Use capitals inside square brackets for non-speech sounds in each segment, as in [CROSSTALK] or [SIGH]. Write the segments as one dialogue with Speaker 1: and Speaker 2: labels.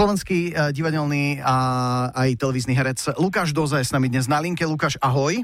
Speaker 1: Slovenský uh, divadelný a aj televízny herec Lukáš Doza je s nami dnes na linke. Lukáš, ahoj.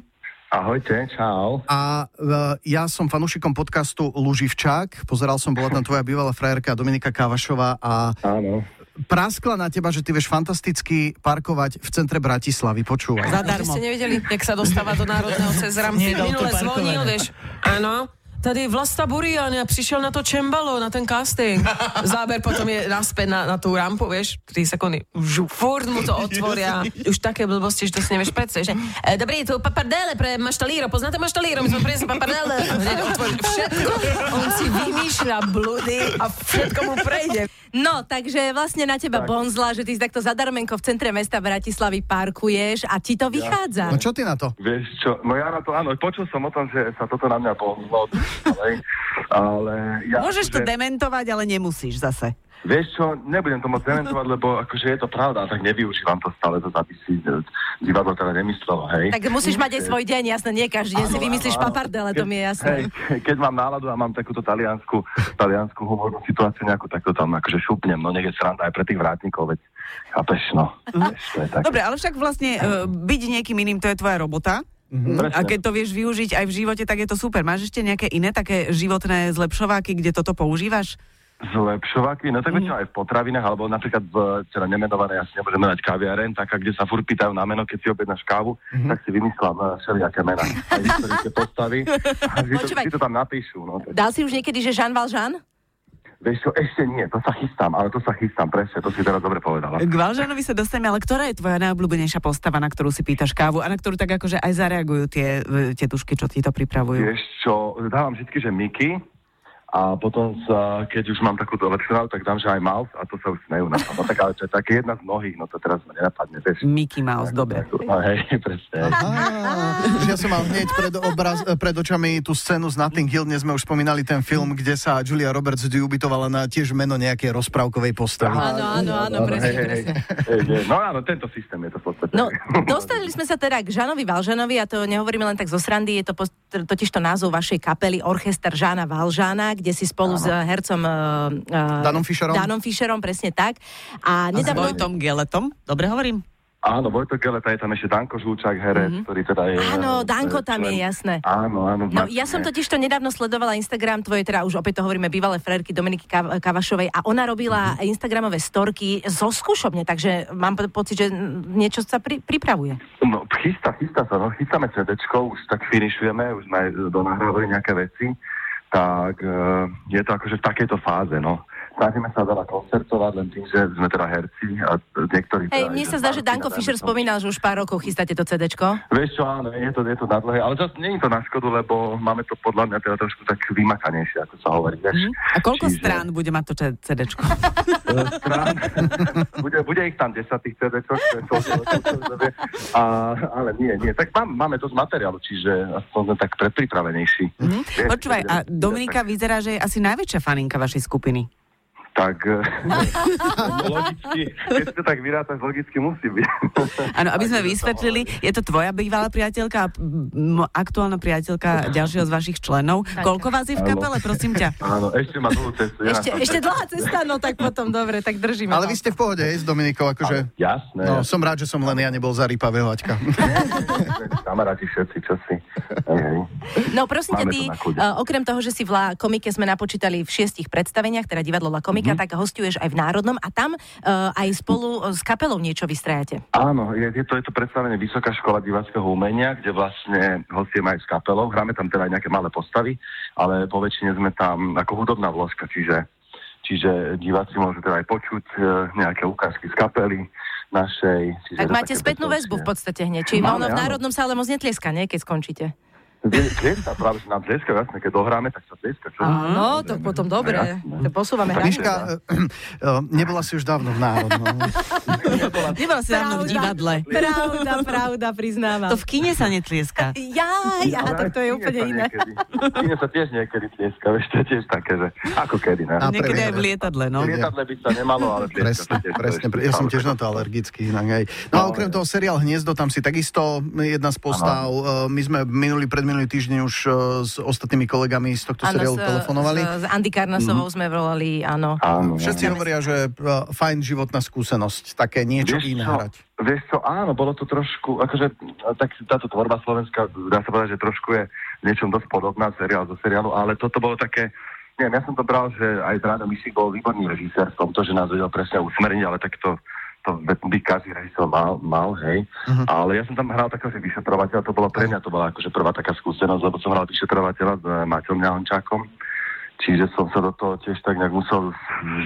Speaker 2: Ahojte, čau.
Speaker 1: A uh, ja som fanúšikom podcastu Luživčák. Pozeral som, bola tam tvoja bývalá frajerka Dominika Kávašová a
Speaker 2: Áno.
Speaker 1: praskla na teba, že ty vieš fantasticky parkovať v centre Bratislavy. Počúvaj.
Speaker 3: Že
Speaker 4: Zadarmo.
Speaker 3: ste nevedeli, jak sa dostáva do Národného cez rampy.
Speaker 4: Nedal to
Speaker 3: Minule zvonil,
Speaker 4: parkovať.
Speaker 3: vieš. Áno. Tady Vlasta Burian, ja prišiel na to čembalo, na ten casting. Záber potom je naspäť na, na tú rampu, vieš, 3 sekundy. Žu, furt mu to otvoria. Už také blbosti, že to si nevieš predstaviť. že, E, dobrý, tu papardele pre Maštalíro. Poznáte Maštalíro? My sme priniesli papardele. [LAUGHS] Hneď otvoril všetko. On si vymýšľa bludy a všetko mu prejde.
Speaker 4: No, takže vlastne na teba tak. bonzla, že ty si takto zadarmenko v centre mesta Bratislavy parkuješ a ti
Speaker 1: No
Speaker 4: to vychádza.
Speaker 1: čo ty na to?
Speaker 2: Vieš čo, no ja na to áno, počul som o tom, že sa toto na mňa pomzlo, ale, ale ja...
Speaker 5: Môžeš to
Speaker 2: akože-
Speaker 5: dementovať, ale nemusíš zase.
Speaker 2: Vieš čo, nebudem to moc dementovať, lebo akože je to pravda, tak nevyužívam to stále, to aby si e, divadlo teda nemyslelo, hej.
Speaker 4: Tak musíš mať aj svoj deň, jasné, nie každý deň si
Speaker 2: Áno,
Speaker 4: vymyslíš
Speaker 2: áno, áno.
Speaker 4: papardele, to
Speaker 2: Keď-
Speaker 4: mi je jasné.
Speaker 2: Hej, ke- keď mám náladu a mám takúto taliansku, taliansku hovornú situáciu nejakú, tak to tam akože šupnem, no nech je sranda aj pre tých vrátnikov, veď chápeš, no. Vieš, to je tak.
Speaker 5: Dobre, ale však vlastne uh, byť niekým iným, to je tvoja robota.
Speaker 2: Mhm. Presne.
Speaker 5: A keď to vieš využiť aj v živote, tak je to super. Máš ešte nejaké iné také životné zlepšováky, kde toto používaš?
Speaker 2: Zlepšovaky, no tak väčšinou aj v potravinách, alebo napríklad v teda nemenované, ja si nebudem menať kaviareň, taká, kde sa furt pýtajú na meno, keď si objednáš kávu,
Speaker 5: Mhm.
Speaker 2: tak si vymyslám eh, všelijaké mená, aj historické
Speaker 5: [LAUGHS]
Speaker 2: postavy, a vždy to,
Speaker 4: Počúvaj.
Speaker 2: vždy to tam napíšu. No, tak,
Speaker 4: Dal si už niekedy, že Jean Valjean?
Speaker 2: vieš čo, ešte nie, to sa chystám, ale to sa chystám, presne, to si teraz dobre povedala.
Speaker 5: K Valžanovi sa dostaneme, ale ktorá je tvoja najobľúbenejšia postava, na ktorú si pýtaš kávu a na ktorú tak akože aj zareagujú tie, e, tie tušky, čo ti to pripravujú?
Speaker 2: Vieš čo, dávam vždy, že Miky, a potom, sa, keď už mám takúto lepšiu tak dám, že aj Mouse a to sa už smejú na to. No tak ale to je také jedna z mnohých, no to teraz ma nenapadne, vieš.
Speaker 5: Mickey Mouse, dobre.
Speaker 2: No, hej, [LAUGHS] presne.
Speaker 1: Á, že ja som mal hneď pred, obraz, eh, pred očami tú scénu z Nothing Hill, dnes sme už spomínali ten film, kde sa Julia Roberts diubitovala na tiež meno nejakej rozprávkovej postavy.
Speaker 4: Áno, áno, áno, presne, presne.
Speaker 2: Hej, hej. No áno, tento systém je to v podstate. [LAUGHS]
Speaker 4: No, [LAUGHS] dostali sme sa teda k Žanovi Valžanovi a to nehovoríme len tak zo srandy, je to post- totiž to názov vašej kapely Orchester Žána Valžána, kde si spolu s eh, hercom uh,
Speaker 1: Danom Fischerom?
Speaker 4: Danom Fischerom, presne tak. A
Speaker 5: S
Speaker 4: nedávno...
Speaker 5: Vojtom Geletom, dobre hovorím?
Speaker 2: Áno, Vojto Geleta je tam ešte Danko Žúčak, herec, mm-hmm. ktorý teda je...
Speaker 4: Mhm. Áno,
Speaker 2: eh,
Speaker 4: Danko tam je,
Speaker 2: člen-
Speaker 4: jasné.
Speaker 2: Áno, áno.
Speaker 4: No,
Speaker 2: značne.
Speaker 4: ja som totiž to nedávno sledovala Instagram tvojej, teda už opäť to hovoríme, bývalé frérky Dominiky Kav- Kavašovej a ona robila Instagramové storky zo skúšobne, takže mám po- pocit, že mm, niečo sa pri- pripravuje.
Speaker 2: No, chystá, chystá sa, no, chystáme CDčko, už tak finišujeme, už sme eh, donahrávali nejaké veci, tak eh, je to akože v takejto fáze, no. Snažíme sa veľa koncertovať, len tým, že sme teda herci a eh, niektorí...
Speaker 4: Hej,
Speaker 2: teda
Speaker 4: mne
Speaker 2: aj
Speaker 4: sa zdá, že
Speaker 2: tanci,
Speaker 4: Danko
Speaker 2: dajme
Speaker 4: Fischer
Speaker 2: tomu.
Speaker 4: spomínal, že už pár rokov chystáte to CDčko.
Speaker 2: Vieš čo, áno, je to, je to na dlhé, ale zase nie je to na škodu, lebo máme to podľa mňa teda trošku tak vymakanejšie, ako sa hovorí, vieš.
Speaker 5: Hm? A koľko
Speaker 2: Čiže-
Speaker 5: strán bude mať to ce- CDčko?
Speaker 2: strán. bude, bude ich tam 10 tých CD, to je to, to, to, to, to, to a, ale nie, nie. Tak mám, máme dosť materiálu, čiže aspoň sme tak predpripravenejší.
Speaker 5: Mhm.
Speaker 2: Mm-hmm.
Speaker 5: Počúvaj, a Dominika vyzerá, že je asi najväčšia faninka vašej skupiny.
Speaker 2: Tak, eh, logicky, keď to tak vyrátaš, logicky musí byť.
Speaker 5: Áno, aby
Speaker 2: Takže
Speaker 5: sme
Speaker 2: to
Speaker 5: vysvetlili, je to tvoja bývalá priateľka a m, aktuálna priateľka ďalšieho z vašich členov. Koľko vás je v
Speaker 2: Áno.
Speaker 5: kapele, prosím
Speaker 2: [LAUGHS]
Speaker 5: ťa?
Speaker 2: Áno, ešte má dlhú cestu. ja
Speaker 4: Ešte,
Speaker 2: na to-
Speaker 4: ešte dlhá cesta, no tak potom, dobre, tak držíme.
Speaker 1: Ale vy ste v pohode, hej, s Dominikou, akože...
Speaker 2: Jasné,
Speaker 1: No, som rád, že som len ja nebol za rýpavého
Speaker 2: [LAUGHS]
Speaker 1: Aťka.
Speaker 2: kamaráti všetci, čo si. Hej, hej.
Speaker 4: No prosím ťa,
Speaker 2: Máme
Speaker 4: ty,
Speaker 2: to na kľude.
Speaker 4: eh, okrem toho, že si v La Komike sme napočítali v šiestich predstaveniach, teda divadlo La
Speaker 2: Mhm.
Speaker 4: Komika, tak hostuješ aj v Národnom a tam eh, aj spolu eh, s kapelou niečo vystrajate.
Speaker 2: Áno, je, je, to, je to predstavenie Vysoká škola diváckého umenia, kde vlastne hostie majú s kapelou. Hráme tam teda aj nejaké malé postavy, ale po väčšine sme tam ako hudobná vložka, čiže, čiže diváci môžu teda aj počuť e, nejaké ukážky z kapely našej. Čiže
Speaker 4: Tak
Speaker 2: je to
Speaker 4: máte
Speaker 2: také
Speaker 4: spätnú
Speaker 2: bezpečné.
Speaker 4: väzbu v podstate hneď. Či
Speaker 2: Máme,
Speaker 4: ono v
Speaker 2: áno.
Speaker 4: Národnom sa ale moc netlieska, nie? Keď skončíte.
Speaker 2: Vie- Tlieska, práve že nám tlieska, jasne, keď dohráme, tak sa tlieska. Čo? Mhm.
Speaker 3: Áno, to potom dobre. To posúvame
Speaker 1: Miška, eh, eh, nebola si už dávno v no. národnom.
Speaker 5: Nebola si dávno v divadle.
Speaker 4: Pravda, pravda, priznávam.
Speaker 5: To v kine sa netlieska.
Speaker 4: Ja, ja,
Speaker 2: Ale aj
Speaker 4: tak to je
Speaker 2: v kine
Speaker 4: úplne
Speaker 2: sa
Speaker 4: iné.
Speaker 2: niekedy- v Kine sa tiež niekedy tlieska, vieš, to je tiež také, že ako kedy, ne?
Speaker 1: A pre-
Speaker 5: Niekedy aj v lietadle, no.
Speaker 2: V Lietadle by sa nemalo, ale tlieska sa
Speaker 1: Presne,
Speaker 2: tiež- No,
Speaker 1: presne. pre- Ja som tiež na to alergický. Inak aj. No a okrem toho seriál Hniezdo, tam si takisto jedna z postav. Eh, My sme minulý, predminulý minulý týždeň už uh, s ostatnými kolegami z tohto
Speaker 4: Áno,
Speaker 1: seriálu
Speaker 4: s-
Speaker 1: telefonovali.
Speaker 4: S, s Andy Karnasovou
Speaker 2: Mhm.
Speaker 4: mm-hmm. sme volali, áno.
Speaker 2: Áno.
Speaker 1: Všetci hovoria, že uh, fajn životná skúsenosť, také niečo
Speaker 2: Vieš
Speaker 1: iné
Speaker 2: čo?
Speaker 1: hrať.
Speaker 2: Vieš čo, áno, bolo to trošku, akože a tak táto tvorba slovenská, dá sa povedať, že trošku je v niečom dosť podobná seriál zo seriálu, ale toto bolo také, neviem, ja som to bral, že aj Dráno Mišik bol výborný režisér v tomto, že nás vedel presne usmerniť, ale tak to, to by každý režisér mal, mal hej.
Speaker 1: Mhm.
Speaker 2: Ale ja som tam hral takého, že vyšetrovateľa, to bolo pre mňa, to bola akože prvá taká skúsenosť, lebo som hral vyšetrovateľa s e, Maťom Ňahončákom. Čiže som sa do toho tiež tak nejak musel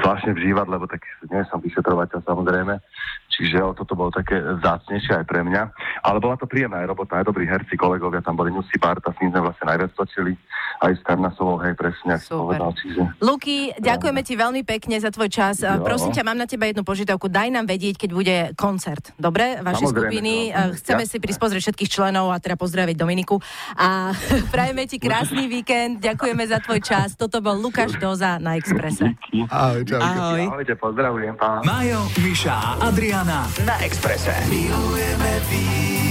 Speaker 2: zvláštne vžívať, lebo tak nie som vyšetrovateľ samozrejme. Čiže o, toto bolo také zácnejšie aj pre mňa. Ale bola to príjemná aj robota, aj dobrí herci, kolegovia, tam boli Newsy Barta, s ním sme vlastne najviac točili, aj s Karnasovou, hej, presne, ako som
Speaker 4: Super.
Speaker 2: povedal. Čiže
Speaker 4: Luky, ďakujeme ti veľmi pekne za tvoj čas.
Speaker 2: No. Jo.
Speaker 4: Prosím ťa, mám na teba jednu požiadavku. Daj nám vedieť, keď bude koncert. Dobre, vašej
Speaker 2: Samozrejme,
Speaker 4: skupiny. eh,
Speaker 2: no.
Speaker 4: Chceme
Speaker 2: Jasné.
Speaker 4: si prispozrieť všetkých členov a teda pozdraviť Dominiku. A [LAUGHS] prajeme ti krásny víkend. Ďakujeme za tvoj čas. Toto bol Lukáš Doza na Exprese.
Speaker 2: díky.
Speaker 1: Ahoj, čau.
Speaker 5: Ahoj.
Speaker 2: Ahojte, pozdravujem, pán.
Speaker 6: Majo, Miša a Adriana na Exprese. Milujeme víkend.